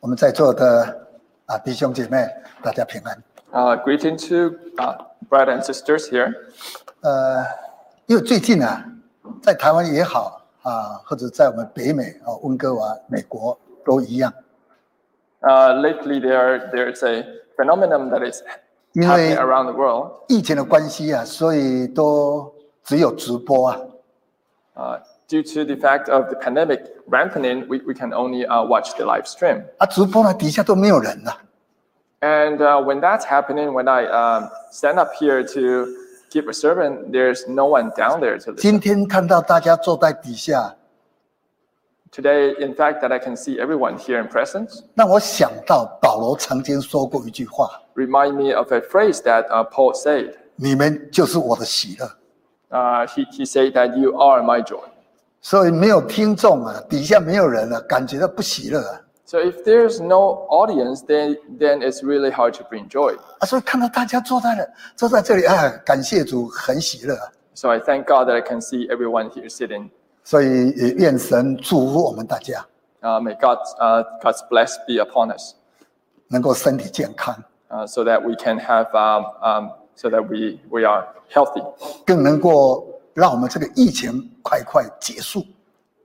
我们在座的啊弟兄姐妹，大家平安。 Uh, greeting to uh, brothers and sisters here. 呃，因为最近啊，在台湾也好啊，或者在我们北美啊，温哥华、美国都一样， Uh, lately, there there's a phenomenon that is 因 happening 为 around the world. 疫情的关系啊，所以都只有直播啊。 Uh, due to the fact of the pandemic ramping, we, we can only uh, watch the live stream. 啊，直播呢底下都没有人了、啊 And uh, when that's happening, when I um, stand up here to give a sermon, there's no one down there to listen. 今天看到大家坐在底下， Today, in fact, that I can see everyone here in presence 让我想到保罗曾经说过一句话 remind me of a phrase that uh, Paul said.：“ 你们就是我的喜乐。” Uh, he, he said that you are my joy. 所以没有听众啊，底下没有人了、感觉到不喜乐啊。 So if there's no audience, then then it's really hard to bring joy. 啊，所以看到大家坐在了坐在这里啊，感谢主，很喜乐、啊。 So I thank God that I can see everyone here sitting. 所以也愿神祝福我们大家 Uh, may God, uh, God's bless be upon us, 能够身体健康， uh, so that we can have, um, um, so that we we are healthy, 更能够让我们这个疫情快快结束。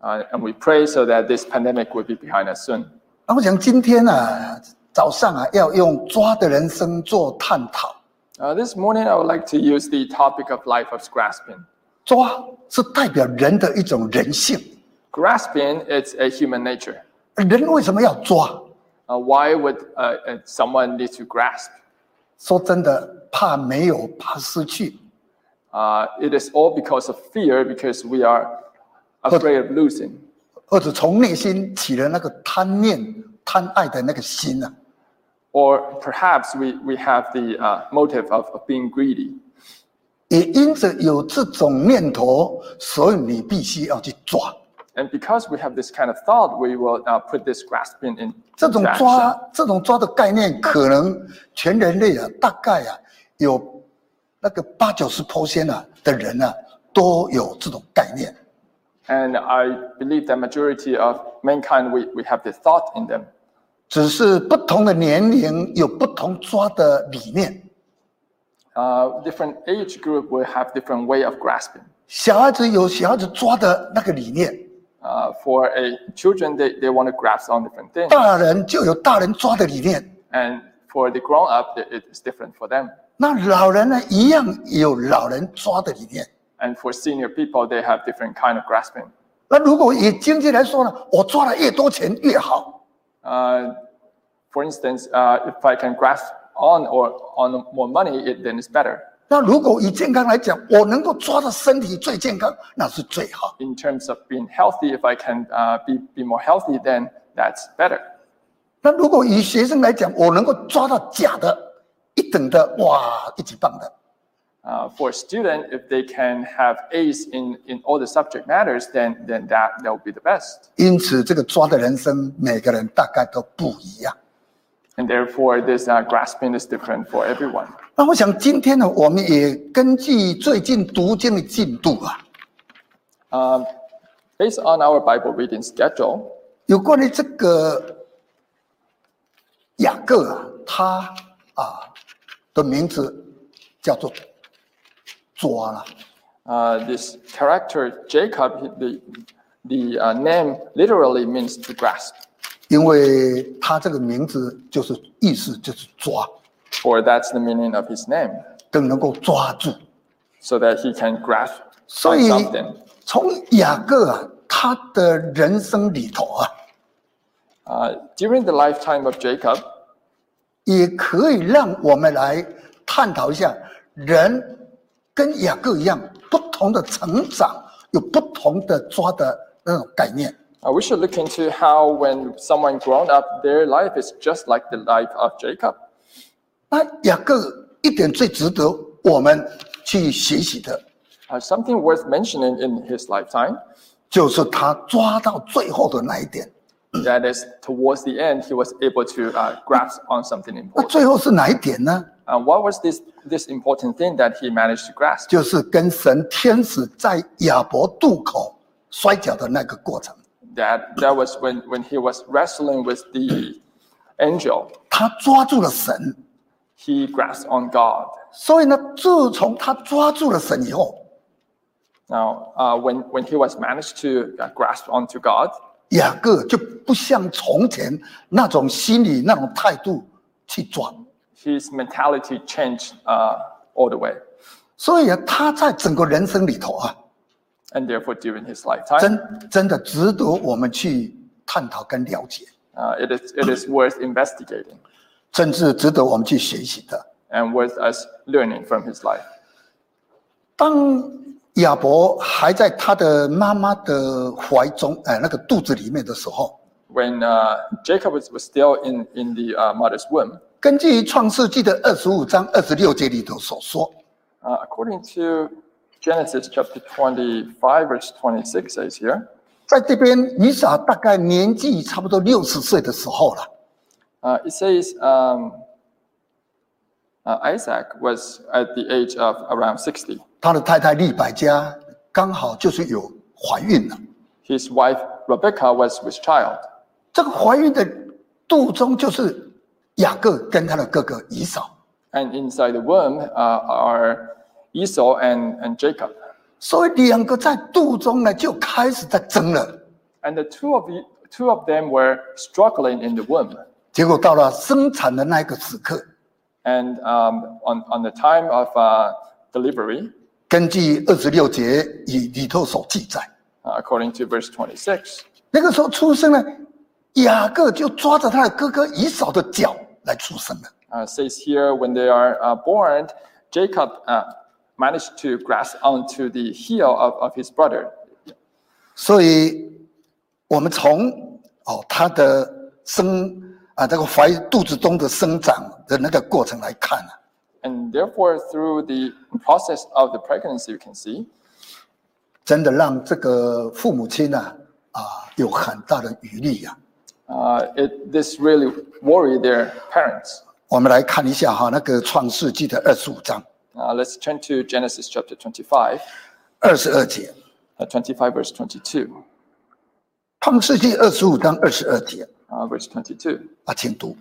uh, and we pray so that this pandemic will be behind us soon. 啊，我想今天啊早上啊要用抓的人生做探讨， Uh, this morning, I would like to use the topic of life of grasping. 抓是代表人的一种人性， Grasping, it's a human nature. 人为什么要抓？ Uh, why would uh, uh, someone need to grasp? 说真的，怕没有，怕失去， Uh, it is all because of fear, because we are afraid of losing, 或者从内心起了那个贪念、贪爱的那个心啊。 or perhaps we, we have the uh, motive of, of being greedy. 也因着有这种念头，所以你必须要去抓。 And because we have this kind of thought, we will uh, put this grasping in. 这种 into action. 抓，这种抓的概念，可能全人类啊，大概啊，有那个八九十 percent 啊的人啊，都有这种概念。 And I believe that majority of mankind, we, we have the thought in them. 只是不同的年龄有不同抓的理念。 Uh, different age group will have different way of grasping. 小孩子有小孩子抓的那个理念， Uh, for a children, they, they want to grasp on different things. 大人就有大人抓的理念。 And for the grown up, it, it's different for them. 那老人呢，一样有老人抓的理念。 And for senior people, they have different kind of grasping. 那如果以经济来说呢，我抓的越多钱越好， Uh, for instance, uh, if I can grasp on or on more money, it, then it's better. 那如果以健康来讲，我能够抓的身体最健康，那是最好。 In terms of being healthy, if I can uh, be, be more healthy, then that's better. 那如果以学生来讲，我能够抓到假的、一等的，哇，一级棒的。 Uh, for a student, if they can have A's in, in all the subject matters, then, then that, that would be the best. 因此，这个抓的人生，每个人大概都不一样。 And therefore, this uh, grasping is different for everyone. 那我想今天呢，我们也根据最近读经的进度啊， Um, based on our Bible reading schedule, 有关于这个雅各啊，他啊的名字叫做抓了。 uh, this character Jacob, the, the uh, name literally means to grasp. 因为他这个名字就是意思就是抓， for that's the meaning of his name, 更能够抓住。 so that he can grasp 所 on 以 something. 从雅各啊，他的人生里头啊， Uh, during the lifetime of Jacob, 也可以让我们来探讨一下，人跟雅各一样，不同的成长有不同的抓的那种概念。 uh, we should look into how when someone grown up, their life is just like the life of Jacob. 那雅各一点最值得我们去学习的， Uh, something worth mentioning in his lifetime, 就是他抓到最后的那一点。 that is towards the end, he was able to uh, grasp on something 那 important. 最后是哪一点呢？ And what was this, this important thing that he managed to grasp? 就是跟神天使在亚伯渡口摔跤的那个过程。 That, that was when, when he was wrestling with the angel, 他抓住了神。 he grasped on God. 所以呢，自从他抓住了神以后， Now, uh, when, when he was managed to uh, grasp onto God, 雅各就不像从前那种心理、那种态度去抓。 his mentality changed uh, all the way. 所以啊，他在整个人生里头啊， And therefore, during his lifetime, 真真的值得我们去探讨跟了解， uh, it, is, it is worth investigating 甚至值得我们去学习的。 and worth us learning from his life. 当亚伯还在他的妈妈的怀中，哎、那个肚子里面的时候， When uh, Jacob was, was still in, in the uh, mother's womb, 根据创世纪的二十五章二十六节里头所说， uh, according to Genesis chapter 25, verse 26 says here, 在这边以撒大概年纪差不多六十岁的时候了， uh, it says um, uh, Isaac was at the age of around 60. 他的太太利百加刚好就是有怀孕了。 His wife Rebecca was with child. 这个怀孕的肚中就是雅各跟他的哥哥以扫， And inside the womb uh, are Esau and, and Jacob. 所以两个在肚中呢就开始在争了。 And the two of, you, two of them were struggling in the womb. 结果到了生产的那一个时刻， And um, on, on the time of uh, delivery, 根据二十六节以里头所记载， uh, according to verse 26, 那个时候出生呢，雅各就抓着他的哥哥以扫的脚来出生了。 uh, says here when they are uh, born, Jacob uh, managed to grasp onto the heel of, of his brother. 所以，我们从哦他的生啊这个怀肚子中的生长的那个过程来看啊， And therefore, through the process of the pregnancy, you can see 真的让这个父母亲呢啊有很大的余力啊。 uh, it, this really worried their parents. 我们来看一下哈，那个创世纪的二十五章 Uh, let's turn to Genesis chapter 25, 二十二节， uh, 25 verse 22. 创世纪二十五章二十二节 Uh, verse 22. 啊，请读。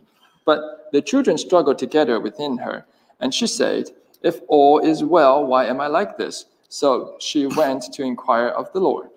But the children struggled together within her, and she said, If all is well, why am I like this? So she went to inquire of the Lord.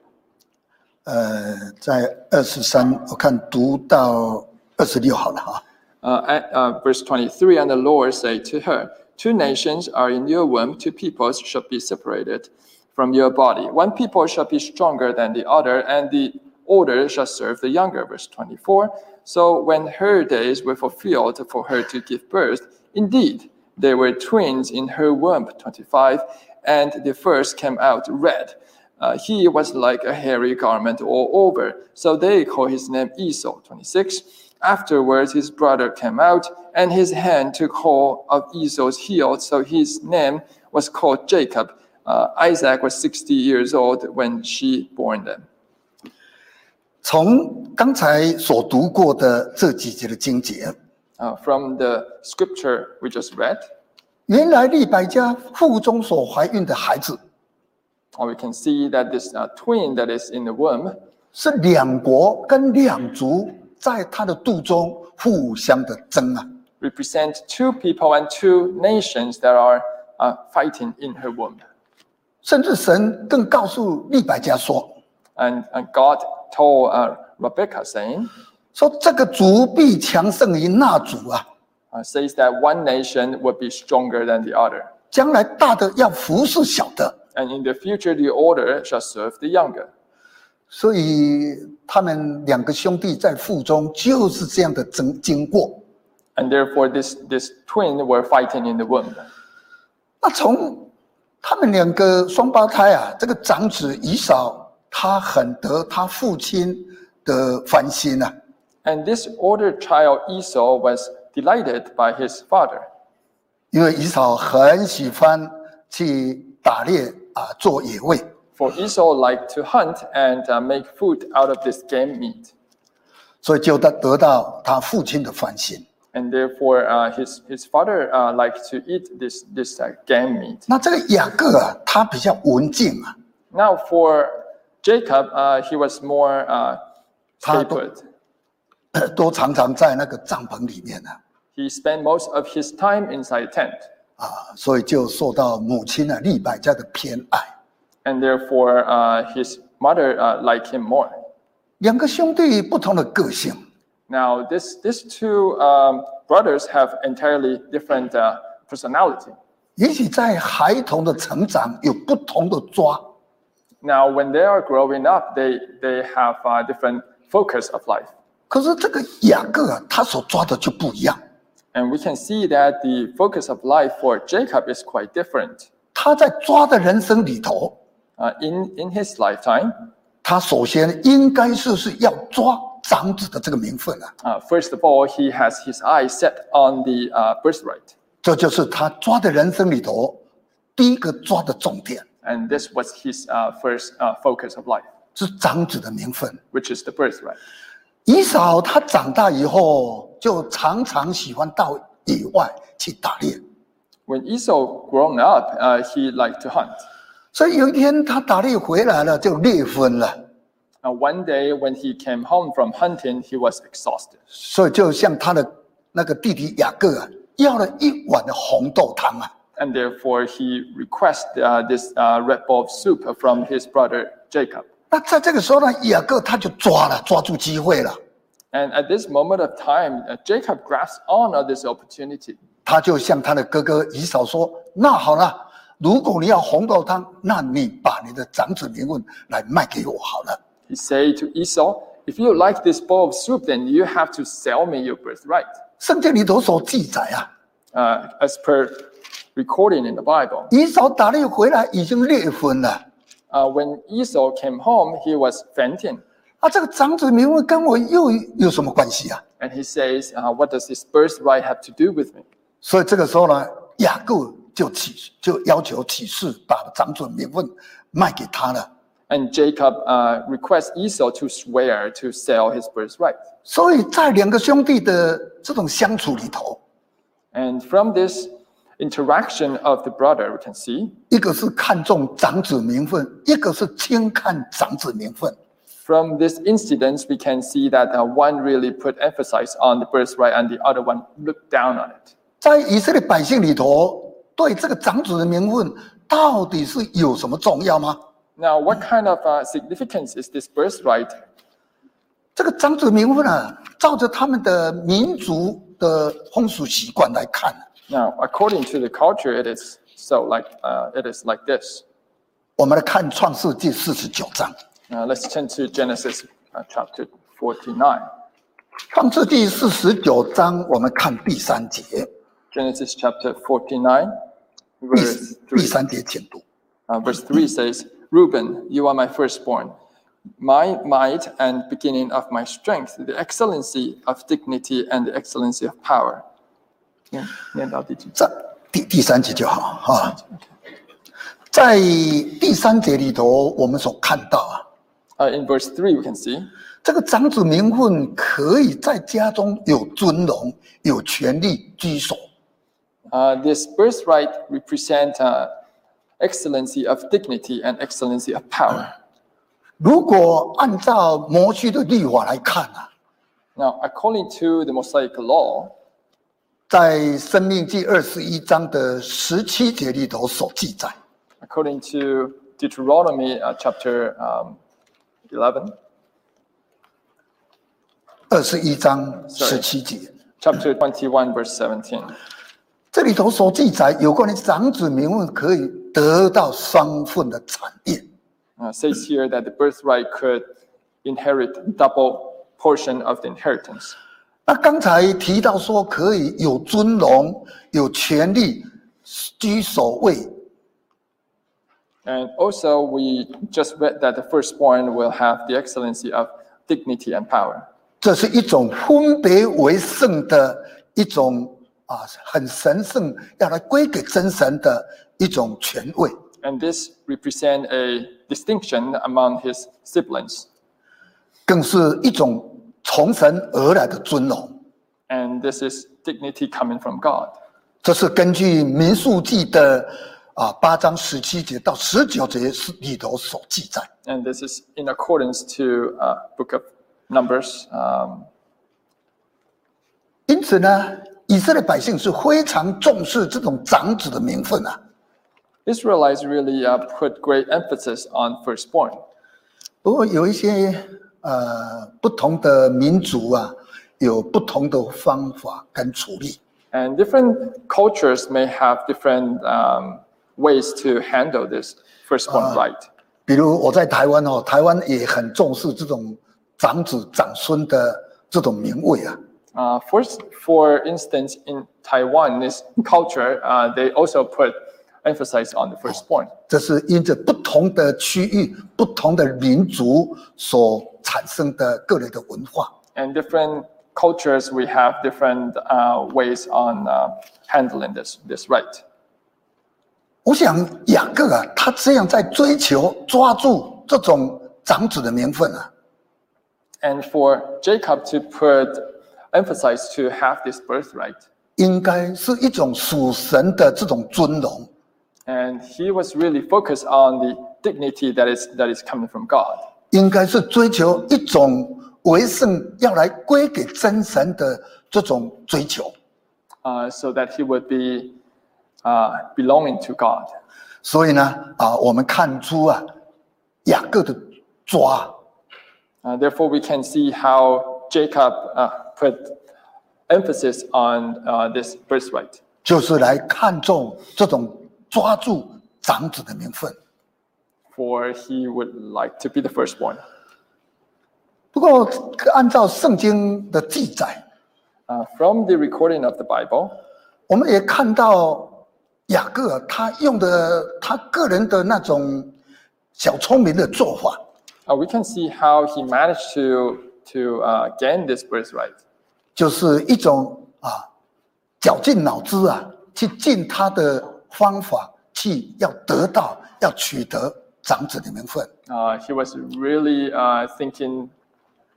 呃，在二十三，我看读到二十六好了哈。 Uh, at, uh, verse 23 And the Lord said to her, Two nations are in your womb, two peoples shall be separated from your body. One people shall be stronger than the other, and the older shall serve the younger. Verse 24 So when her days were fulfilled for her to give birth, indeed, there were twins in her womb. 25 And the first came out red. Uh, he was like a hairy garment all over, so they call his name Esau. 26. Afterwards, his brother came out, and his hand took hold of Esau's heel, so his name was called Jacob. Uh, Isaac was 60 years old when she born them. 从刚才所读过的这几节的经节， Uh, from the scripture we just read, 原来利百加腹中所怀孕的孩子 uh, we can see that this uh, twin that is in the womb 是两国跟两族在他的肚中互相的争啊。 represent two people and two nations that are uh, fighting in her womb. 甚至神更告诉利百加说 And, and God told uh, Rebecca, saying,：“ 说这个族必强盛于那族啊， uh, says that one nation will be stronger than the other, 将来大的要服侍小的。 and in the future the older shall serve the younger. ”所以他们两个兄弟在腹中就是这样的争经过。 And therefore, this this twin were fighting in the womb. 那从他们两个双胞胎啊，这个长子以扫，他很得他父亲的欢心啊。 And this older child Esau was delighted by his father, 因为以扫很喜欢去打猎啊，做野味。 for Esau liked to hunt and uh, make food out of this game meat, 所以就得得到他父亲的欢心。 and therefore uh, his his father uh, liked to eat this this uh, game meat. 那这个雅各啊，他比较文静啊， Now for Jacob, uh, he was more uh, Pardon. stay put. 呃都常常在那个帐篷里面呢、 He spent most of his time inside tent, 啊，所以就受到母亲啊利百加的偏爱。 and therefore uh, his mother uh, liked him more. 两个兄弟不同的个性， Now, this, these two um, brothers have entirely different uh, personality. 也许在孩童的成长有不同的抓， Now, when they are growing up, they, they have a different focus of life. 可是这个雅各啊，他所抓的就不一样。 And we can see that the focus of life for Jacob is quite different. 他在抓的人生里头， Uh, in, in his lifetime, 他首先应该是是要抓长子的这个名分啊， uh, first of all, he has his eyes set on the uh, birthright. 这就是他抓的人生里头第一个抓的重点 And this was his uh, first uh, focus of life, 是长子的名分。 which is the birthright. 以扫他长大以后，就常常喜欢到野外去打猎， When Esau grown up, uh, he liked to hunt. 所以有一天他打猎回来了，就猎昏了， Now, one day when he came home from hunting, he was exhausted. 所以就向他的那个弟弟雅各啊，要了一碗的红豆汤啊。 And therefore, he requested uh, this uh, red bulb soup from his brother Jacob. 那在这个时候呢，雅各他就抓了，抓住机会了， And at this moment of time, uh, Jacob grasps on of this opportunity. 他就向他的哥哥以扫说：“那好了，如果你要红豆汤，那你把你的长子名分来卖给我好了。 He said to Esau, If you like this bowl of soup, then you have to sell me your birthright, ”圣经里头所记载啊， uh, as per recording in the Bible. 以扫打猎回来已经猎昏了。 Uh, when Esau came home, he was fainting. 啊，这个长子名分跟我又有什么关系啊？ And he says, uh, What does this birthright have to do with me? 所以这个时候呢，雅各就起就要求起誓把长子名分卖给他了。 And Jacob uh, requests Esau to swear to sell his birthright. 所以在两个兄弟的这种相处里头， And from this interaction of the brother, we can see 一个是看重长子名分，一个是轻看长子名分。 from this incident, we can see that uh, one really put emphasis on the birthright and the other one looked down on it. 在以色列百姓里头，对这个长子的名分到底是有什么重要吗？ Now, what kind of uh, significance is this birthright? 这个长子名分啊，照着他们的民族的风俗习惯来看， Now, according to the culture, it is so like uh, it is like this. 我们来看创世纪四十九章。 Now, Uh, let's turn to Genesis uh, chapter 49. 创世纪四十九章，我们看第三节， Genesis chapter 49, 第 verse 第 3. 三节请读。 Uh, verse 3 says, Reuben, you are my firstborn, my might and beginning of my strength, the excellency of dignity and the excellency of power. 念-念到第几？在第第三节就好哈、在第三节里头，我们所看到啊， Uh, in verse 3, we can see 这个长子名分可以在家中有尊荣、有权力居所， uh, this birthright represents uh, excellency of dignity and excellency of power. 如果按照摩西的律法来看啊， Now, according to the Mosaic law, 在《生命记》二十一章的十七节里头所记载， according to Deuteronomy uh, chapter um, 11, 二十一章十七节 chapter 21, verse 17. 这里头所记载有关于长子名分可以得到双份的产业。 uh, says here that the birthright could inherit double portion of the inheritance. 那刚才提到说可以有尊荣、有权利、居首位， And also, we just read that the firstborn will have the excellency of dignity and power. 这是一种分别为圣的一种啊，很神圣，要来归给真神的一种权位。 And this represents a distinction among his siblings. 更是一种从神而来的尊荣。 And this is dignity coming from God. 这是根据民数记的啊八章十七节到十九节是里头所记载。 And this is in accordance to uh, book of Numbers um, 此呢，以色列百姓是非常重视这种长子的名分啊。 Israelites really uh, put great emphasis on firstborn. 不过有一些呃不同的民族啊，有不同的方法跟处理。 And different cultures may have different um, ways to handle this firstborn right. 比如我在台湾哦，台湾也很重视这种长子长孙的这种名位啊。 Uh, first, for instance, in Taiwanese culture, uh, they also put emphasis on the firstborn. 这是因着不同的区域、不同的民族所产生的各类的文化。 And different cultures, we have different uh, ways on uh, handling this, this right. 我想雅各啊，他这样在追求抓住这种长子的名分啊， And for Jacob to put emphasis to have this birthright. 应该是一种属神的这种尊荣。 And he was really focused on the dignity that is, that is coming from God. 应该是追求一种为圣要来归给真神的这种追求， uh, so that he would be uh, belonging to God. 所以呢，啊，我们看出啊，雅各的抓 Uh, therefore, we can see how Jacob uh, put emphasis on uh, this birthright. 就是来看重这种抓住长子的名分。 For he would like to be the firstborn. 不过，按照圣经的记载， Uh, from the recording of the Bible, 我们也看到雅各啊他用的他个人的那种小聪明的做法， uh, we can see how he managed to to uh, gain this birthright. 就是一种啊绞尽脑汁啊，去尽他的方法去要得到要取得长子的名分。 Uh, he was really uh, thinking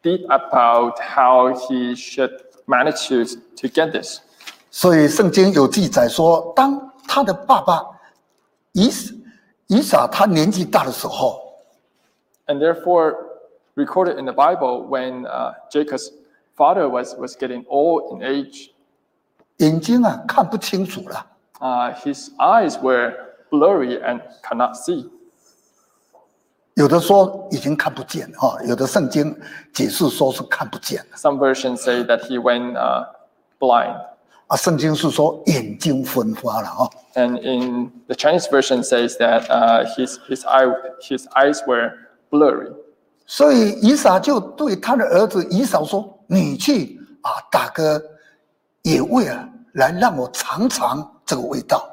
deep about how he should manage to to get this. 所以圣经有记载说，当他的爸爸以以撒他年纪大的时候， And therefore, recorded in the Bible, when uh, Jacob's father was, was getting old in age, 眼睛啊看不清楚了。 uh, his eyes were blurry and cannot see. 有的说已经看不见啊，有的圣经解释说是看不见了 Some versions say that he went uh, blind. 啊，圣经是说眼睛昏花了啊。 And in the Chinese version says that uh, his, his, eye, his eyes were blurry. 所以以撒就对他的儿子以扫说：“你去啊，打个野味啊，来让我尝尝这个味道。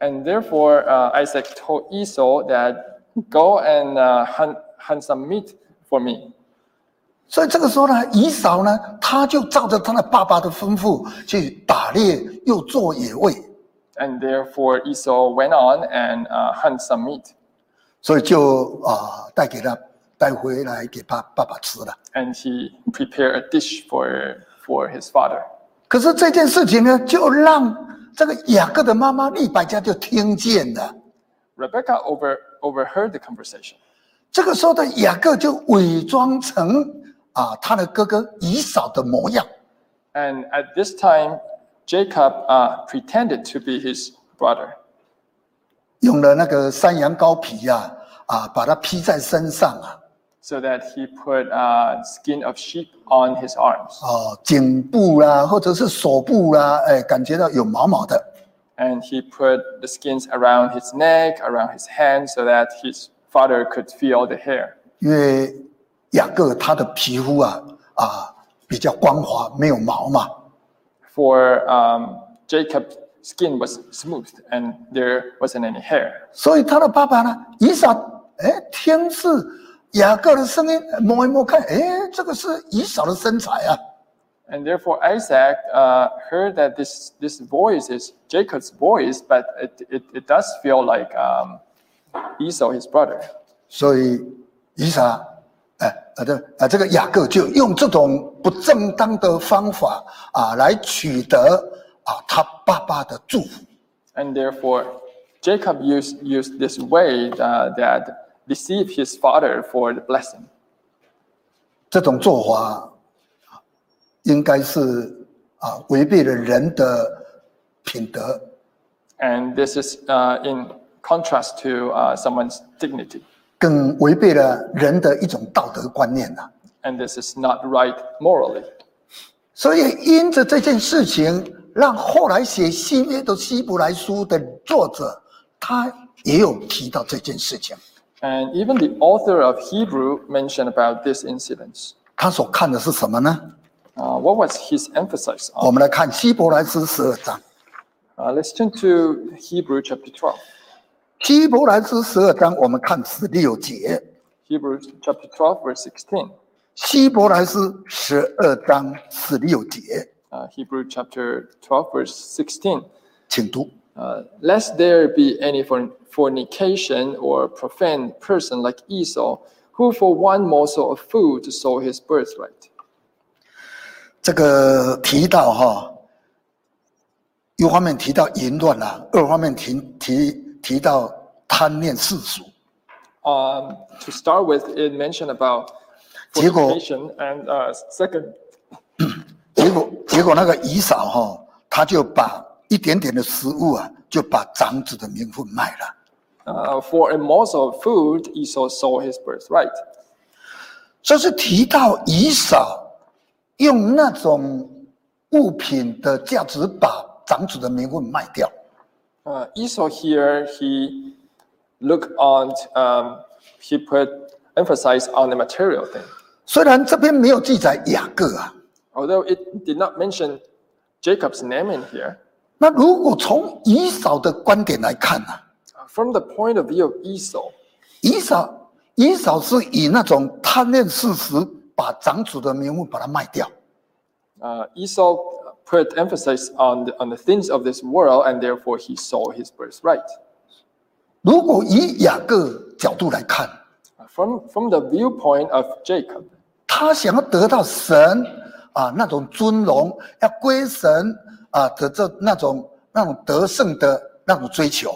And therefore, uh, Isaac told Esau that, go and uh, hunt, hunt some meat for me. ”所以这个时候呢，以扫呢，他就照着他的爸爸的吩咐去打猎，又做野味， And therefore, Esau went on and uh, hunt some meat. 所以就啊带给他带回来给爸爸爸吃了。 and he prepared a dish for for his father. 可是这件事情呢，就让这个雅各的妈妈利百加就听见了。 Rebecca over, overheard the conversation, 这个时候的雅各就伪装成啊他的哥哥以扫的模样， and at this time, Jacob uh, pretended to be his brother, 用了那个山羊羔皮呀啊把它披在身上啊， so that he put uh, skin of sheep on his arms, 哦、颈部啦、或者是手部啦、哎感觉到有毛毛的， and he put the skins around his neck, around his hand, so that his father could feel the hair, 因为雅各他的皮肤啊啊比较光滑，没有毛嘛， for um, Jacob's skin was smooth and there wasn't any hair. 所以他的爸爸呢，以撒，哎，听是雅各的声音，摸一摸看，哎，这个是以撒的身材啊。 And therefore Isaac uh, heard that this, this voice is Jacob's voice, but it, it, it does feel like um, Esau, his brother. 所以以撒，哎，啊这啊这个雅各就用这种不正当的方法啊，来取得啊他爸爸的祝福。 And therefore Jacob used, used this way uh, that deceived his father for the blessing. 这种做法应该是啊，违背了人的品德。 And this is uh, in contrast to uh, someone's dignity. 更违背了人的一种道德观念啊呐、 And this is not right morally. 所以因着这件事情，让后来写新约的希伯来书的作者，他也有提到这件事情。 And even the author of Hebrew mentioned about this incident. 他所看的是什么呢？ Uh, what was his emphasis on? 我们来看希伯来书十二章。 Uh, let's turn to Hebrew chapter 12. 希伯来书十二章，我们看十六节。 Hebrews chapter 12, verse 16. 希伯来书十二章十六节， Uh, Hebrew chapter 12, verse 16. 请读。 Uh, Lest there be any forn- fornication or profane person like Esau, who for one morsel of food sold his birthright. 这个提到哈，一方面提到淫乱啦、二方面提提提到贪恋世俗， Um, to start with, it mentioned about 结果 fornication, and uh, second, 结果结果那个姨嫂哈，她就把一点点的食物啊，就把长子的名分卖了。 uh, for a morsel of food, Esau sold his birthright. 这是提到姨嫂用那种物品的价值把长子的名分卖掉。 Uh, Esau here, he look on, um, he put emphasize on the material thing. 虽然这边没有记载雅各啊， Although it did not mention Jacob's name in here, 那如果从姨嫂的观点来看呢、啊，uh, from the point of view of Esau, 姨嫂姨嫂是以那种贪恋事实把长子的名分把它卖掉， uh, Esau put emphasis on the, on the things of this world, and therefore he sold his birthright. 如果以雅各角度来看，Uh, From from the viewpoint of Jacob, 他想要得到神啊那种尊荣，要归神啊的这那种那种得胜的那种追求，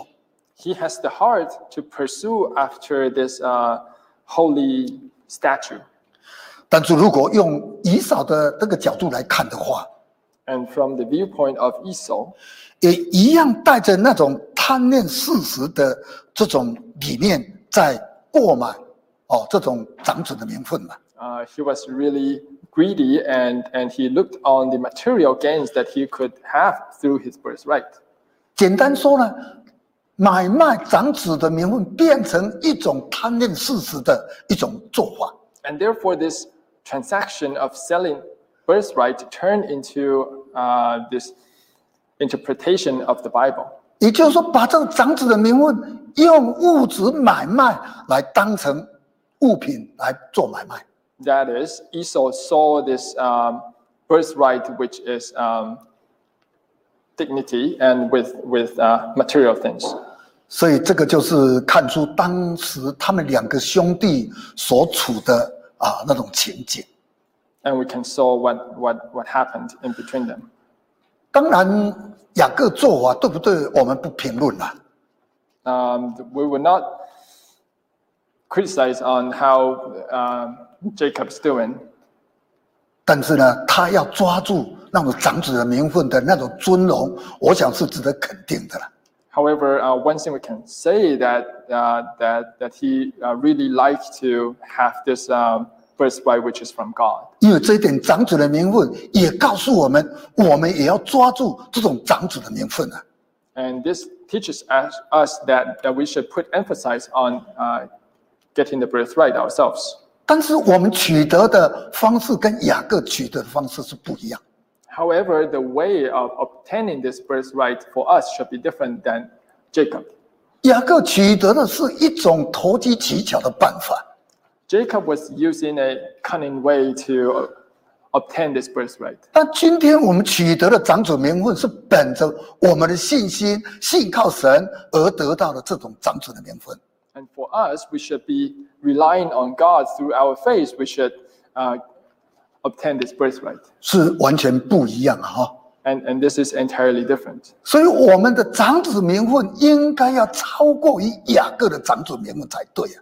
he has the heart to pursue after this uh, holy statue. 但是如果用以扫的这个角度来看的话， And from the viewpoint of Esau, 也一样带着那种贪恋事实的这种理念在购买哦这种长子的名分嘛。 uh, he was really greedy and, and he looked on the material gains that he could have through his birthright. 简单说呢，买卖长子的名分变成一种贪恋事实的一种做法。 And therefore, this transaction of selling birthright turned into uh, this interpretation of the Bible. 也就是说，把这个长子的名分用物质买卖来当成物品来做买卖。 That is, Esau saw this um, birthright, which is um, dignity, and with with uh, material things. 所以这个就是看出当时他们两个兄弟所处的啊那种情景。 And we can saw what what what happened in between them. 当然，雅各做法对不对，我们不评论啦、 Um, we will not criticize on how um, Jacob's doing, 但是呢，他要抓住那种长子的名分的那种尊荣，我想是值得肯定的啦。 However, uh, one thing we can say that uh, that that he uh, really liked to have this um, birthright, which is from God, 因为这一点长子的名分也告诉我们，我们也要抓住这种长子的名分啊。 and this teaches us, us that that we should put emphasis on uh, getting the birthright ourselves. 但是我们取得的方式跟雅各取得的方式是不一样。 However, the way of obtaining this birthright for us should be different than Jacob. 雅各取得的是一种投机取巧的办法， Jacob was using a cunning way to uh, obtain this birthright. 但今天我们取得的长子名分是本着我们的信心、信靠神而得到的这种长子的名分。 And for us, we should be relying on God through our faith. We should uh, obtain this birthright. 是完全不一样啊哈、 And, and this is entirely different. 所以我们的长子名分应该要超过于雅各的长子名分才对啊。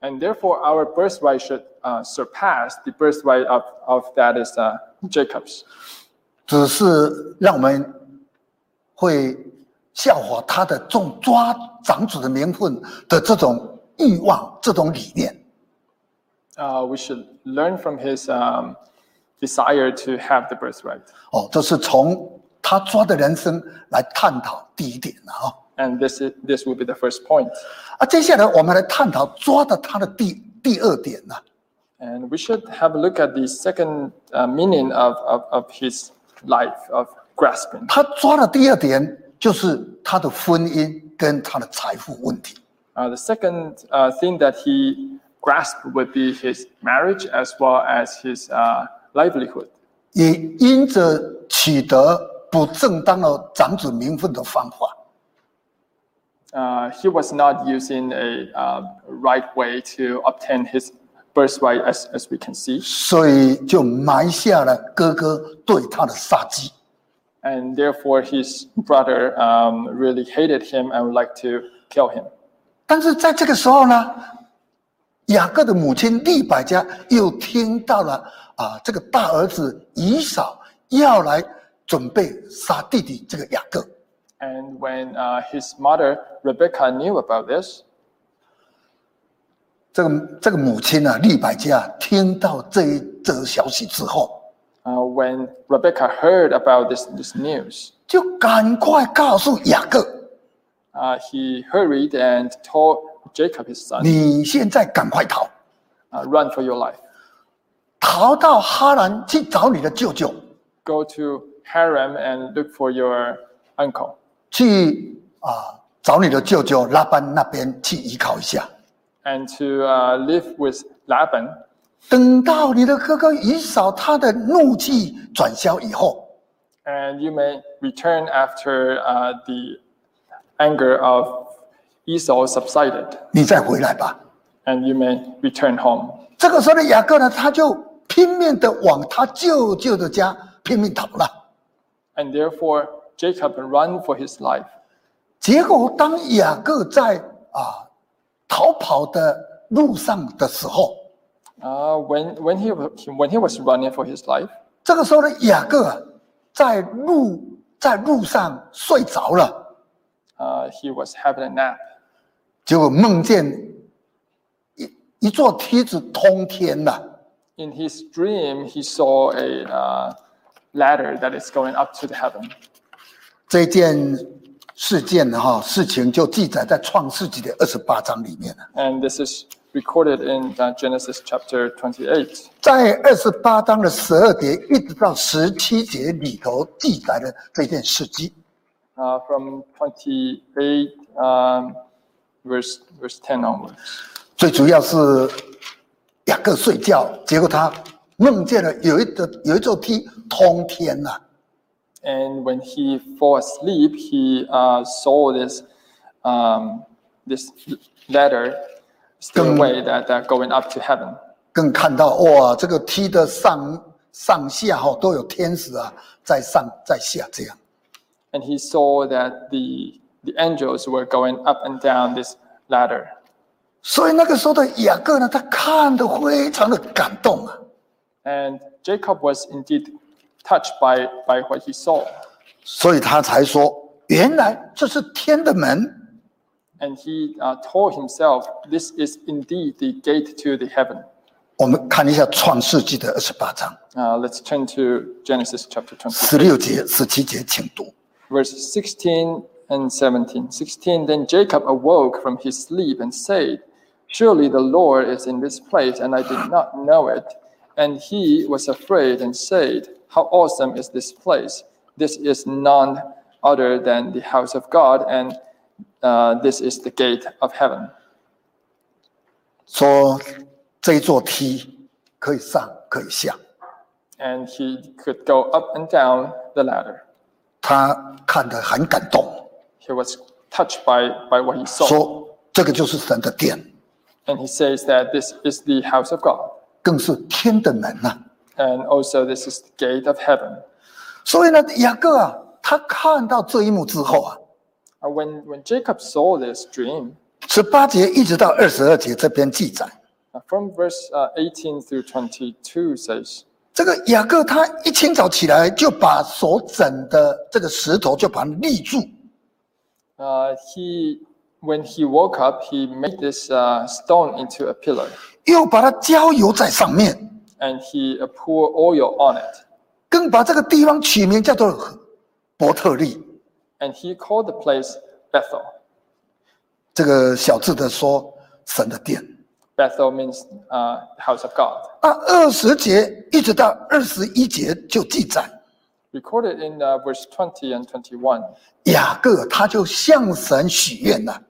And therefore, our birthright should uh, surpass the birthright of, of that is uh, Jacob's. 只是让我们会效法他的重抓长子的名分的这种欲望、这种理念。 Uh, we should learn from his um, desire to have the birthright. 哦，这是从他抓的人生来探讨第一点了啊、 And this, is, this will be the first point. 啊，接下来我们来探讨抓的他的第第二点啊呢、 And we should have a look at the second uh, meaning of, of, of his life, of grasping. 他抓的第二点就是他的婚姻跟他的财富问题。 Uh, the second uh, thing that he grasped would be his marriage as well as his uh, livelihood. 也因着取得不正当的长子名分的方法， Uh, he was not using a uh, right way to obtain his birthright, as, as we can see. 所以就埋下了哥哥对他的杀机。 And therefore, his brother um, really hated him and would like to kill him. 但是在这个时候呢，雅各的母亲利百加又听到了啊，这个大儿子以扫要来准备杀弟弟这个雅各， And when uh, his mother, Rebecca, knew about this, 这个这个母亲啊，利百加听到这一则消息之后， uh, when Rebecca heard about this, this news, 就赶快告诉雅各， uh, he hurried and told Jacob, his son, 你现在赶快逃， uh, run for your life. 逃到哈兰去找你的舅舅， Go to Haram and look for your uncle 去啊找你的舅舅拉班那边去依靠一下。 and to uh, live with Laban. 等到你的哥哥以扫他的怒气转消以后， And you may return after uh, the anger of Esau subsided, 你再回来吧。 and you may return home. 这个时候的雅各呢，他就拼命的往他舅舅的家拼命逃了。 And therefore, Jacob ran for his life. 结果当雅各在啊逃跑的路上的时候， Uh, when, when, he, wa- he- when he was running for his life, 这个时候的雅各啊，在路在路上睡着了。 uh, he was having a nap 结果梦见一一座梯子通天了， In his dream, he saw a uh, ladder that is going up to the heaven. 这件事件呢哈事情就记载在创世纪的二十八章里面了。 And this is recorded in uh, Genesis chapter 28. 在二十八章的十二节一直到十七节里头记载了这件事迹。 Uh, from 28, um, verse, verse 10 onwards. 最主要是雅各睡觉，结果他梦见了有一个有一座梯通天了、 And when he fell asleep, he uh, saw this, um, this ladder stairway that, that going up to heaven. 更看到哇这个梯的上上下哈都有天使啊在上在下这样。 And he saw that the, the angels were going up and down this ladder. 所以那个时候的雅各呢，他看得非常的感动啊， And Jacob was indeed touched by, by what he saw. 所以他才说，原来这是天的门， And he uh, told himself, This is indeed the gate to the heaven. 我们看一下《创世纪》的二十八章 Uh, let's turn to Genesis chapter 20, 十六节、十七节，请读。 verse 16 and 17. 16 Then Jacob awoke from his sleep and said, Surely the Lord is in this place, and I did not know it. And he was afraid and said, How awesome is this place! This is none other than the house of God, and uh, this is the gate of heaven. 说这一座梯可以上可以下， And he could go up and down the ladder. 他看得很感动， He was touched by, by what he saw. 说这个就是神的殿， And he says that this is the house of God. 更是天的门啊呐、 And also, this is the gate of heaven. 所以呢，雅各啊，他看到这一幕之后啊， And when, when Jacob saw this dream, 十八节一直到二十二节这边记载， uh, from verse uh, 18 through 22 says, 这个雅各他一清早起来就把手枕的这个石头就把它立住， Uh, he, when he woke up, he made this uh, stone into a pillar, 又把它浇油在上面， and he uh, poured oil on it, 更把这个地方取名叫做伯特利。 and he called the place Bethel. 这个小字的说神的殿。 Bethel means uh, house of God. 那二十节一直到二十一节就记载， Recorded in uh, verse 20 and 21, 雅各他就向神许愿了，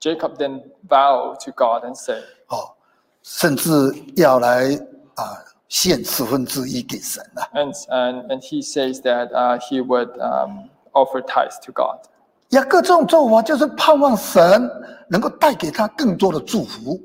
Jacob then vowed to God and said, 哦，甚至要来啊献十分之一给神啊了。 and, and, and he says that uh, he would um, offer tithes to God. 雅各这种做法就是盼望神能够带给他更多的祝福。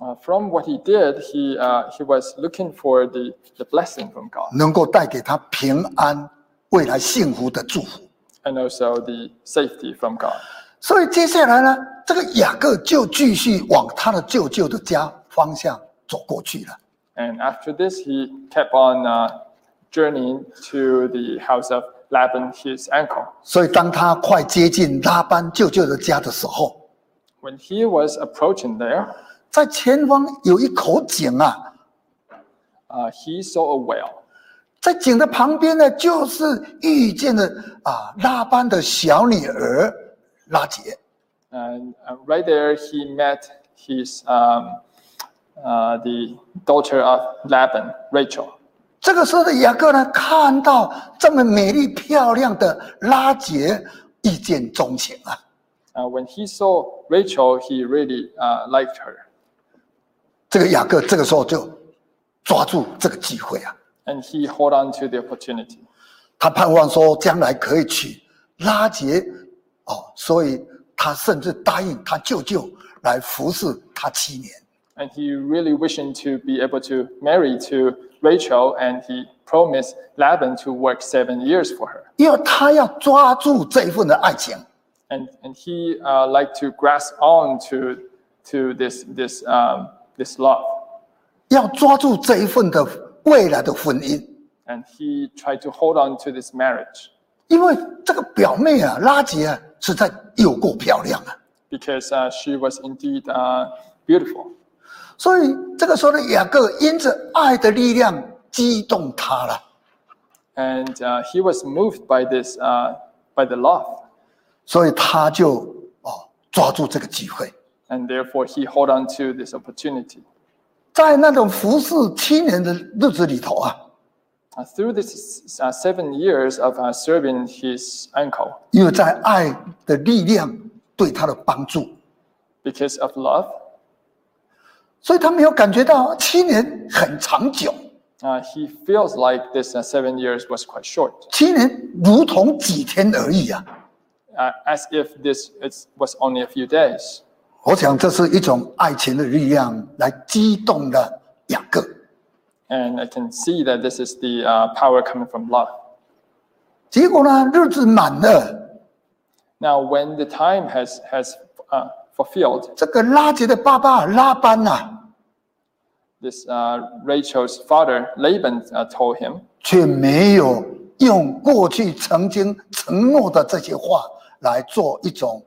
Uh, from what he did, he, uh, he was looking for the, the blessing from God 能够带给他平安、未来幸福的祝福。 and also the safety from God. 所以接下来呢，这个雅各就继续往他的舅舅的家方向走过去了。 And after this, he kept on uh, journeying to the house of Laban, his uncle. 所以当他快接近拉班舅舅的家的时候， When he was approaching there, 在前方有一口井啊， uh, he saw a well, 在井的旁边呢，就是遇见了啊拉班的小女儿拉杰。 and uh, right there he met his um, uh, the daughter of Laban, Rachel. 这个时候的雅各呢，看到这么美丽漂亮的拉杰，一见钟情啊。 Uh, when he saw Rachel, he really uh, liked her, 这个雅各这个时候就抓住这个机会啊， and he hold on to the opportunity. 他盼望说将来可以娶拉杰哦，所以他甚至答应他舅舅来服侍他七年。 And he really wishing to be able to marry to Rachel, and he promised Laban to work seven years for her. 因为他要抓住这一份的爱情， and and he uh, liked to grasp on to to this this um, this love, 要抓住这一份的未来的婚姻。 and he tried to hold on to this marriage 因为这个表妹啊，拉杰啊，实在又够漂亮啊， because uh, she was indeed uh, beautiful. 所以这个时候的雅各因着爱的力量激动他了， And uh, he was moved by this uh, by the love, 所以他就哦抓住这个机会。 and therefore he hold on to this opportunity. 在那种服侍七年的日子里头啊， Uh, through this uh, seven years of uh, serving his uncle, 因为在爱的力量对他的帮助， because of love, 所以他没有感觉到七年很长久， uh, he feels like this uh, seven years was quite short. 七年如同几天而已啊。 uh, as if this it's, was only a few days. 我想这是一种爱情的力量来激动了雅各。 And I can see that this is the uh, power coming from love. 结果呢，日子满了， Now, when the time has has uh, fulfilled, 这个拉杰的爸爸拉班呐、啊， this uh, Rachel's father Laban uh, told him, 却没有用过去曾经承诺的这些话来做一种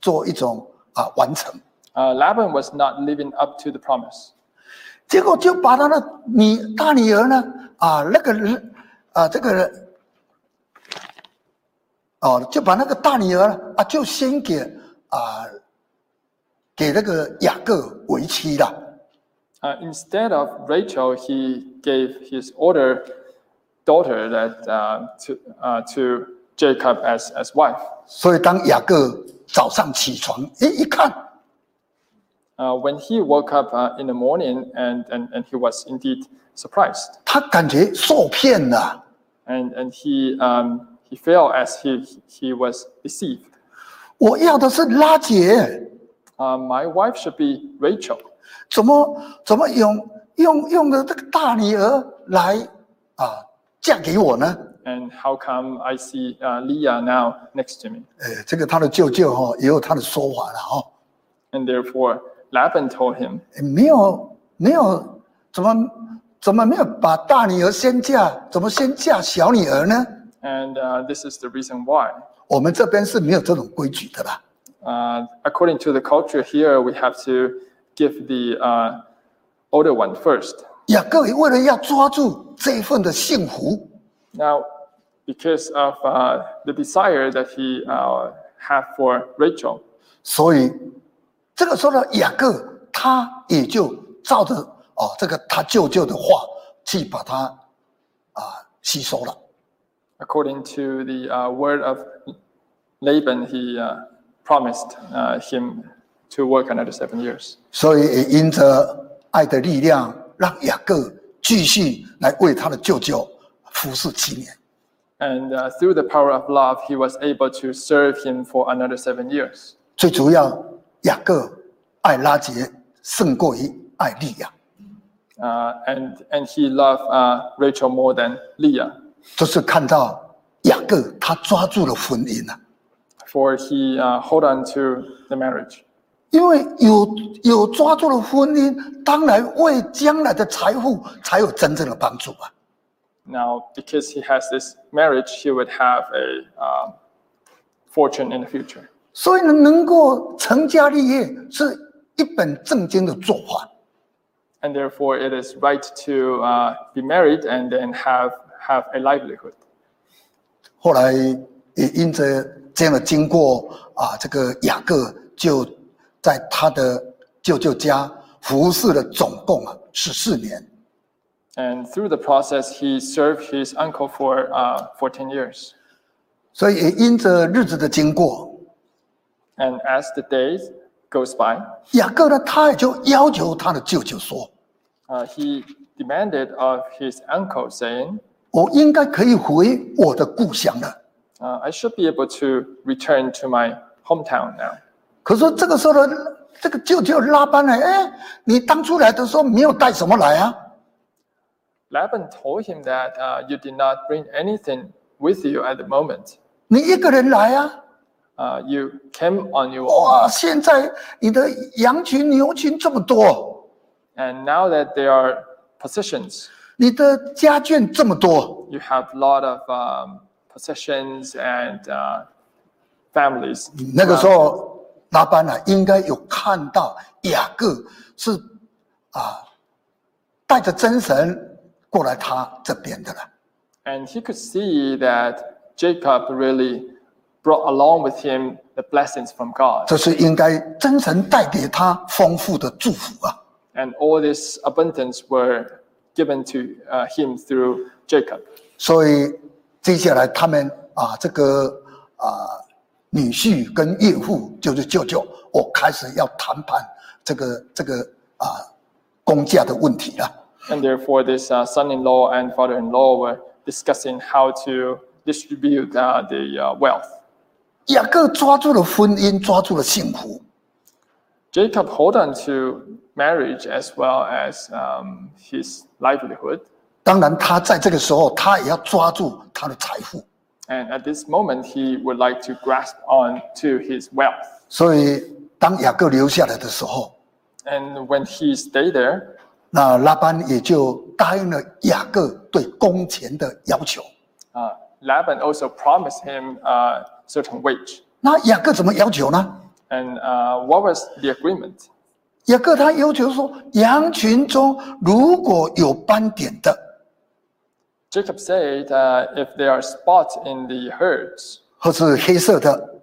做一种啊完成。 uh, Laban was not living up to the promise, 结果就把他的女大女儿呢，啊，那个人，啊，这个人，哦，就把那个大女儿呢啊，就先给啊，给那个雅各为妻了。 uh, instead of Rachel, he gave his older daughter that uh, to uh, to Jacob as as wife. 所以当雅各早上起床，一一看， Uh, when he woke up uh, in the morning, and, and, and he was indeed surprised. 他感觉受骗了， and and he um, he fell as he he was deceived. 我要的是拉杰， Uh, my wife should be Rachel. 怎么怎么用用用的这个大女儿来啊嫁给我呢？ And how come I see uh, Leah now next to me? 呃，这个他的舅舅哈、哦、也有他的说法了哈、哦。 And therefore Laban told him, 没有没有怎么怎么没有把大女儿先嫁？怎么先嫁小女儿呢？ And uh, this is the reason why. 我们这边是没有这种规矩的啦。 Uh, according to the culture here, we have to give the uh, older one first. 雅各为了要抓住这一份的幸福， Now, because of uh, the desire that he uh, had for Rachel, 所以这个时候呢，雅各他也就照着哦这个他舅舅的话去把他啊吸收了。 according to the uh, word of Laban, he uh, promised uh, him to work another seven years. 所以也因着爱的力量，让雅各继续来为他的舅舅服侍七年。 And uh, through the power of love, he was able to serve him for another seven years. 最主要，雅各爱拉杰胜过于爱利亚， Uh, and, and he loved uh, Rachel more than Leah, 这是看到雅各他抓住了婚姻啊， for he uh, hold on to the marriage. 因为有有抓住了婚姻，当然为将来的财富才有真正的帮助啊。 Now, because he has this marriage, he would have a um, fortune in the future. 所以呢，能够成家立业是一本正经的做法。 And therefore, it is right to uh, be married and then have, have a livelihood. 后来也因着这样的经过啊，这个雅各就在他的舅舅家服侍了总共啊十四年。 And through the process, he served his uncle for uh, 14 years. 所以也因着日子的经过， And as the days goes by, 雅各呢，他也就要求他的舅舅说 uh, he demanded of his uncle, saying,：“ 我应该可以回我的故乡了。 uh, I should be able to return to my hometown now. ”可是这个时候呢，这个舅舅拉班呢，哎，你当初来的时候没有带什么来啊？ Laban told him that uh, you did not bring anything with you at the moment. 你一个人来啊？ Uh, you came on your own. 哇，现在你的羊群牛群这么多， And now that there are possessions, 你的家眷这么多， you have a lot of um, possessions and uh, families. 那个时候拉班呢、应该有看到雅各是啊，带着真神过来他这边的了。 And he could see that Jacob really brought along with him the blessings from God. 这是应该真神带给他丰富的祝福啊！ And all this abundance were given to uh, him through Jacob. 所以接下来他们啊，这个啊女婿跟岳父就是舅舅，我开始要谈判这个这个啊公价的问题了。 And therefore, this uh, son-in-law and father-in-law were discussing how to distribute uh, the uh, wealth. 雅各抓住了婚姻，抓住了幸福， Jacob hold on to marriage as well as um, his livelihood, 当然他在这个时候他也要抓住他的财富。 and at this moment, he would like to grasp on to his wealth. 所以当雅各留下来的时候， And when he stayed there, 那拉班也就答应了雅各对工钱的要求。 uh, Laban also promised him uh, certain wage. 那雅各怎么要求呢？ And uh, what was the agreement? 雅各他要求说，羊群中如果有斑点的， Jacob said, uh, if there are spots in the herds, 或是黑色的，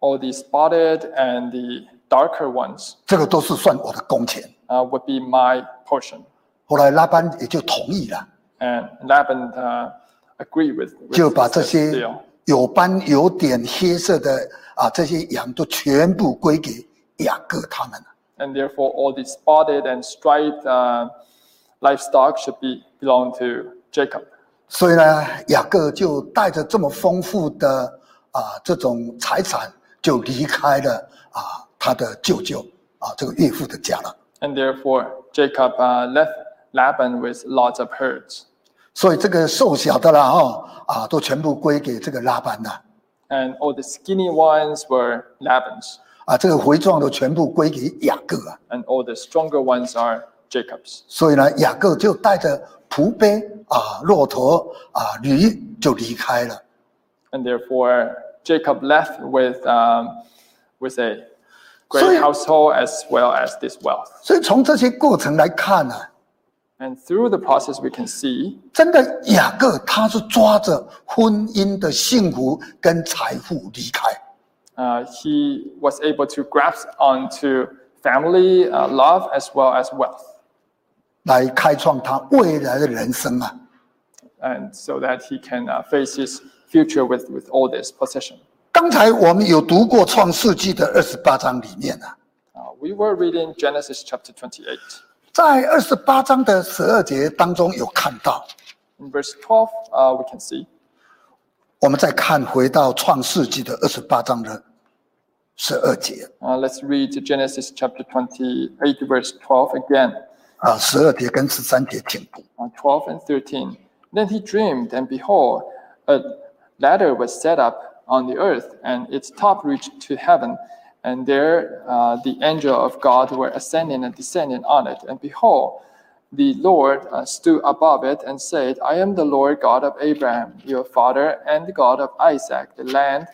all the spotted and the darker ones 这个都是算我的工钱。 uh, would be my portion. 后来拉班也就同意了， And Laban uh, agreed with, with 就把这 this 些 deal. 有斑有点黑色的啊这些羊都全部归给雅各他们了。 And therefore, all the spotted and striped uh, livestock should be belong to Jacob. 所以呢，雅各就带着这么丰富的啊这种财产，就离开了啊他的舅舅啊这个岳父的家了。 And therefore, Jacob uh, left Laban with lots of herds. 所以这个瘦小的啦，哦，啊，都全部归给这个拉班了， And all the skinny ones were Laban's, 啊，这个肥壮的全部归给雅各啊。 and all the stronger ones are Jacob's. 所以呢，雅各就带着仆婢啊、骆驼啊、驴就离开了。 And therefore, Jacob left with, um, with a So great you- household as well as this wealth. 所以从这些过程来看呢、 And through the process, we can see 真的雅各他是抓着婚姻的幸福跟财富离开。 uh, he was able to grasp onto family, uh, love, as well as wealth, 来开创他未来的人生啊。 and so that he can uh, face his future with, with all this possession. 刚才我们有读过《创世纪》的二十八章里面啊， Uh, we were reading Genesis chapter 28. 在二十八章的十二节当中有看到， In verse 12, uh, we can see 我们再看回到《创世纪》的二十八章的十二节 Uh, let's read to Genesis chapter 28, verse 12 again, 啊，十二节跟十三节，请读。 uh, 12 and 13. Then he dreamed, and behold, a ladder was set up on the earth, and its top reached to heaven. And there uh, the angel of God were ascending and descending on it. And behold, the Lord uh, stood above it and said, I am the Lord God of Abraham, your father, and the God of Isaac. The land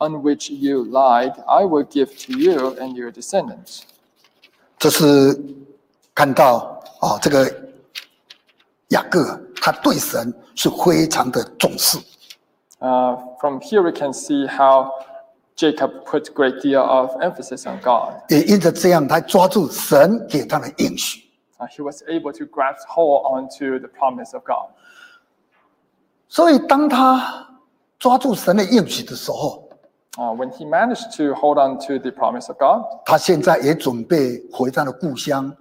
on which you lied, I will give to you and your descendants. 这是看到啊，这个雅各他对神是非常的重视。 Uh, from here, we can see how Jacob put great deal of emphasis on God. 也因着这样，他抓住神给他的应许。 Uh, he was able to grasp hold onto the promise of God. 所以，当他抓住神的应许的时候， Uh, when he managed to hold on to the promise of God, 他现在也准备回他的故乡，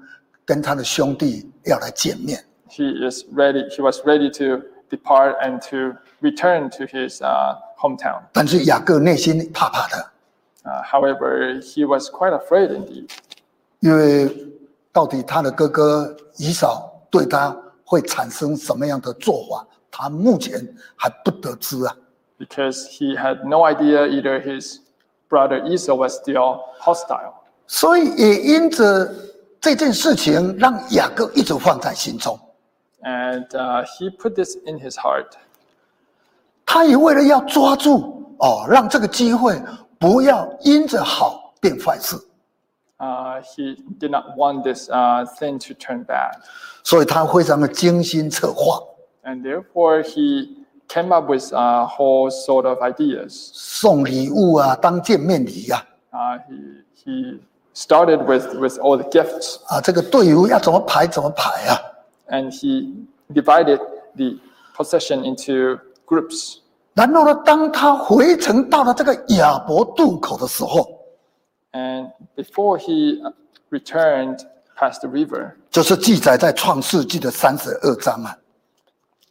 跟他的兄弟要来见面。 he is ready. He was ready to depart and to return to his uh, hometown. 但是雅各内心怕怕的， Uh, however, he was quite afraid indeed, 因为到底他的哥哥以扫对他会产生什么样的做法，他目前还不得知啊。 because he had no idea either his brother Esau was still hostile. 所以也因着这件事情，让雅各一直放在心中。 And uh, he put this in his heart. 他也为了要抓住哦，让这个机会不要因着好变坏事， uh, he did not want this uh, thing to turn bad. 所以他非常的精心策划。 And therefore, he came up with a whole sort of ideas. 送礼物啊，当见面礼啊， Uh, he, he started with, with all the gifts 啊，这个队伍要怎么排怎么排啊， and he divided the possession into groups. 然后呢，当他回程到了这个亚伯渡口的时候， And before he returned past the river, 就是记载在创世纪的三十二章啊，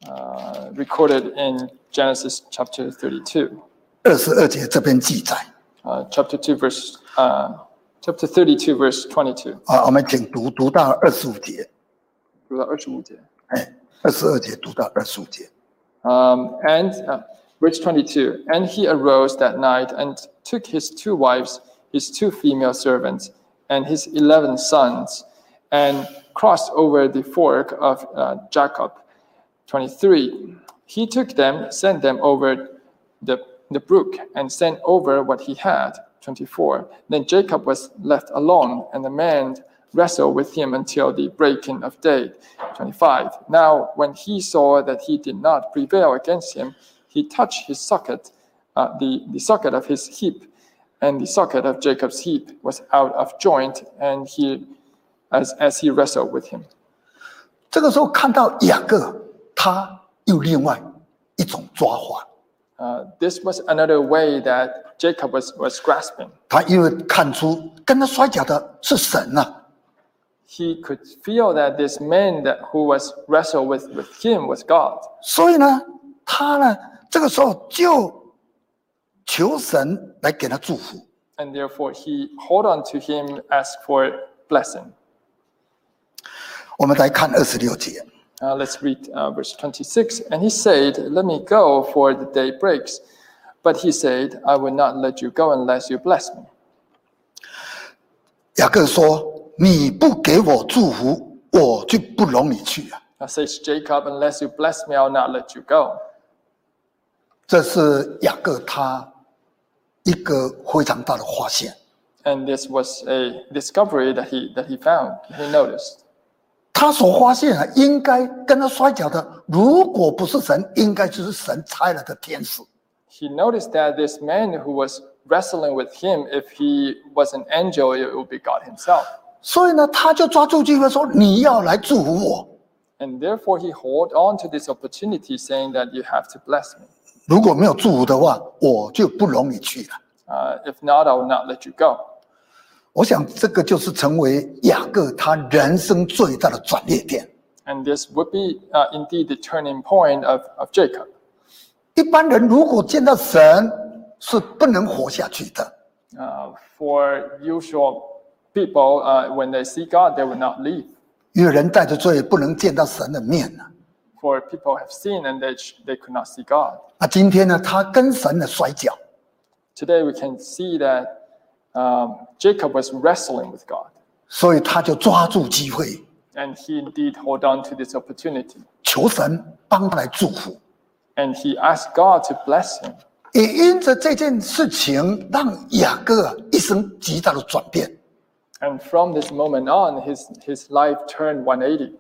uh, recorded in Genesis chapter 32, 二十二节这边记载 uh, chapter 2, verse, uh, chapter 32, verse 22. 啊，我们请读读到二十五节，读到25节。哎，二十二节读到二十五节， Um, and uh, verse 22 And he arose that night and took his two wives, his two female servants, and his 11 sons, and crossed over the fork of uh, Jacob. 23 He took them, sent them over the, the brook, and sent over what he had. 24 Then Jacob was left alone, and the man wrestled with him until the breaking of day. 25 Now, when he saw that he did not prevail against him, he touched his socket, uh, the, the socket of his hip, and the socket of Jacob's hip was out of joint, and he as, as he wrestled with him. 这个时候看到雅各，他又另外一种抓法， Uh, this was another way that Jacob was, was grasping. 他因为看出跟他摔跤的是神啊呐、 He could feel that this man that, who was wrestled with, with him was God. 所以呢，他呢这个时候就求神来给他祝福。 And therefore, he hold on to him, asked for blessing. 我们来看二十六节， Uh, let's read uh, verse 26. And he said, Let me go, for the day breaks. But he said, I will not let you go unless you bless me. 雅各说：“你不给我祝福，我就不容你去啊。 Now Uh, says Jacob, unless you bless me, I'll not let you go. 这是雅各他一个非常大的发现。 And this was a discovery that he that he found, he noticed. 他所发现啊，应该跟他摔跤的，如果不是神，应该就是神差来的天使。 He noticed that this man who was wrestling with him, if he was an angel, it would be God himself. 所以呢，他就抓住机会说：“你要来祝福我。 And therefore he hold on to this opportunity saying that you have to bless me. 如果没有祝福的话，我就不容你去了。 Uh, if not, I will not let you go. ”我想，这个就是成为雅各他人生最大的转捩点。 And this would be uh, indeed the turning point of, of Jacob. 一般人如果见到神，是不能活下去的。 Uh, for usual people, uh, when they see God, they will not leave. 因为人带着罪不能见到神的面啊呢。 For people have seen and they, sh- they could not see God. 那今天呢，他跟神的摔跤， Today we can see that um, Jacob was wrestling with God. 所以他就抓住机会 And he indeed hold on to this opportunity. 求神帮他来祝福， And he asked God to bless him. 也因着这件事情，让雅各啊一生极大的转变。 And from this moment on, his, his life turned 180.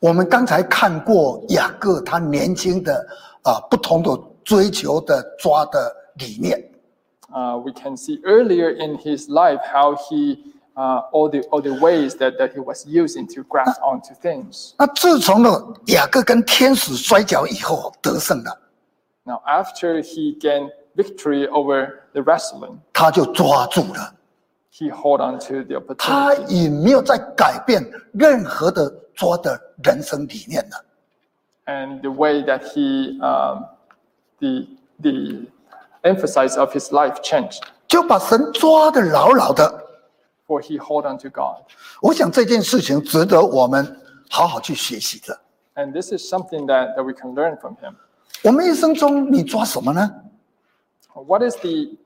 我们刚才看过雅各他年轻的啊、不同的追求的抓的理念， Uh, we can see earlier in his life how he, uh, all, the, all the ways that, that he was using to grasp onto things. 那自从呢雅各跟天使摔跤以后得胜了， Now, after he gained victory over the wrestling, 他就抓住了， he hold on to the 他 opportunity. 也没有再改变任何的抓的人生理念了。 And the way that he, um, the, the emphasis of his life changed, 就把神抓得牢牢的。 for he hold on to God. 我想这件事情值得我们好好去学习的。 And this is something that, that we can learn from him. 我们一生中你抓什么呢？ What is the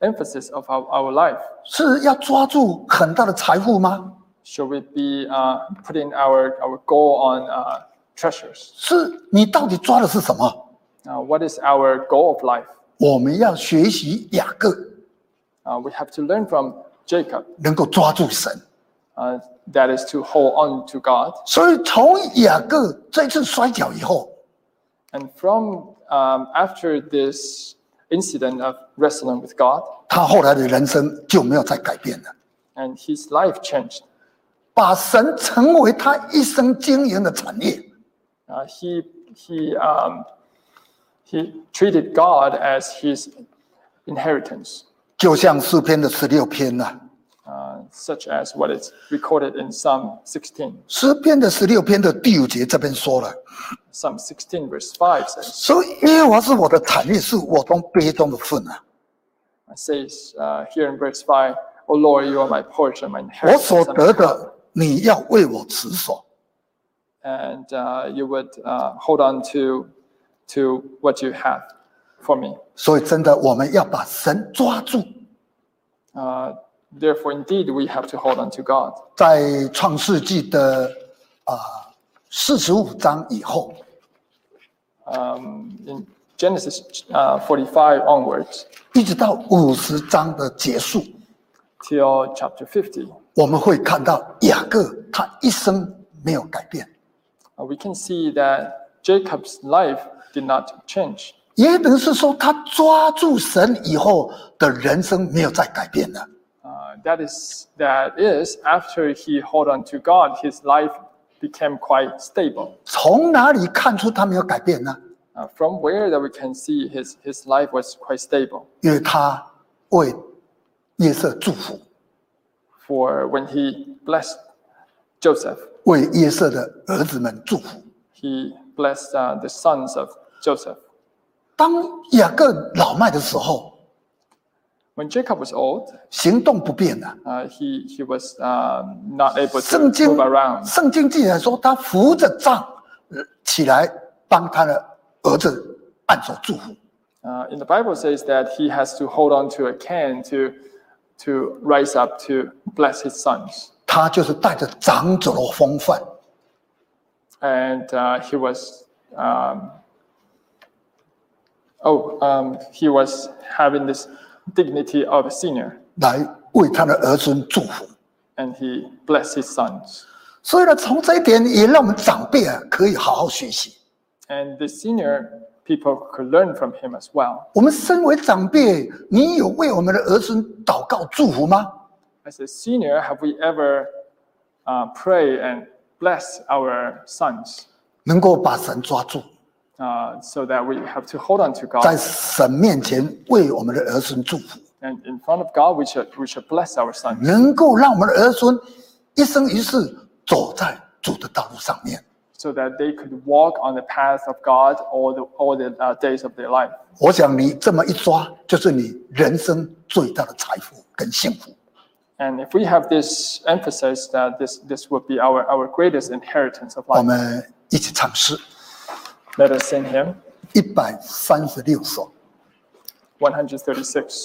emphasis of our, our life? 是要抓住很大的财富吗？ Should we be uh, putting our, our goal on uh, treasures? 是你到底抓的是什么？ Uh, what is our goal of life? 我们要学习雅各 Uh, we have to learn from Jacob, 能够抓住神， uh, that is to hold on to God. 所以从雅各这次摔跤以后， And from um, after this incident of wrestling with God, 他后来的人生就没有再改变了， and his life changed. 把神成为他一生经营的产业。 Uh, he, he, um, he treated God as his inheritance. 就像诗篇的十六篇呐、 uh, such as what is recorded in Psalm 16. 诗篇的十六篇的第五节这边说了。 Psalm 16, verse 5 says, 所以耶和华是我的产业，是我从杯中的份啊！ says uh, here in verse 5, O Lord, you are my portion, my 我所 inheritance, 得的，你要为我持守。 and uh, you would uh, hold on to, to what you have for me. 所以，真的，我们要把神抓住。 Uh, therefore, indeed, we have to hold on to God. 在创世纪的啊四十五章以后， Um, in Genesis uh, 45 onwards 一直到五十章的结束， till chapter 50, 我们会看到雅各他一生没有改变， uh, we can see that Jacob's life did not change. 也等于是说他抓住神以后的人生没有再改变了。 Uh, that is that is after he hold on to God, his life became quite stable. 从哪里看出他没有改变呢？ Uh, from where that we can see his his life was quite stable. 因为他为约瑟祝福， For when he blessed Joseph, 为约瑟的儿子们祝福。 he blessed uh, the sons of Joseph. 当雅各老迈的时候， When Jacob was old, 行动不便了。 uh, he he was um, not able to 圣经 move around. 圣经记载说，他扶着杖呃起来，帮他的儿子按手祝福。 Uh, in the Bible says that he has to hold on to a can to to rise up to bless his sons. 他就是带着长者的风范， and uh, he was um, oh um, he was having this dignity of a senior, 来为他的儿孙祝福。 and he blessed his sons. 所以呢，从这一点也让我们长辈啊可以好好学习。 And the senior people could learn from him as well. 我们身为长辈，你有为我们的儿孙祷告祝福吗？ As a senior, have we ever uh, pray and bless our sons 能够把神抓住， uh, so that we have to hold on to 在 God? 神面前为我们的儿孙祝福， And in front of God, we should, we should bless our sons 能够让我们的儿孙一生一世走在主的道路上面。 so that they could walk on the path of God all the, all the uh, days of their life. 我想你这么一抓，就是你人生最大的财富跟幸福。 And if we have this emphasis that this, this would be our, our greatest inheritance of 我 life, 们一起唱诗 let us sing him. 一百三十六首。 136.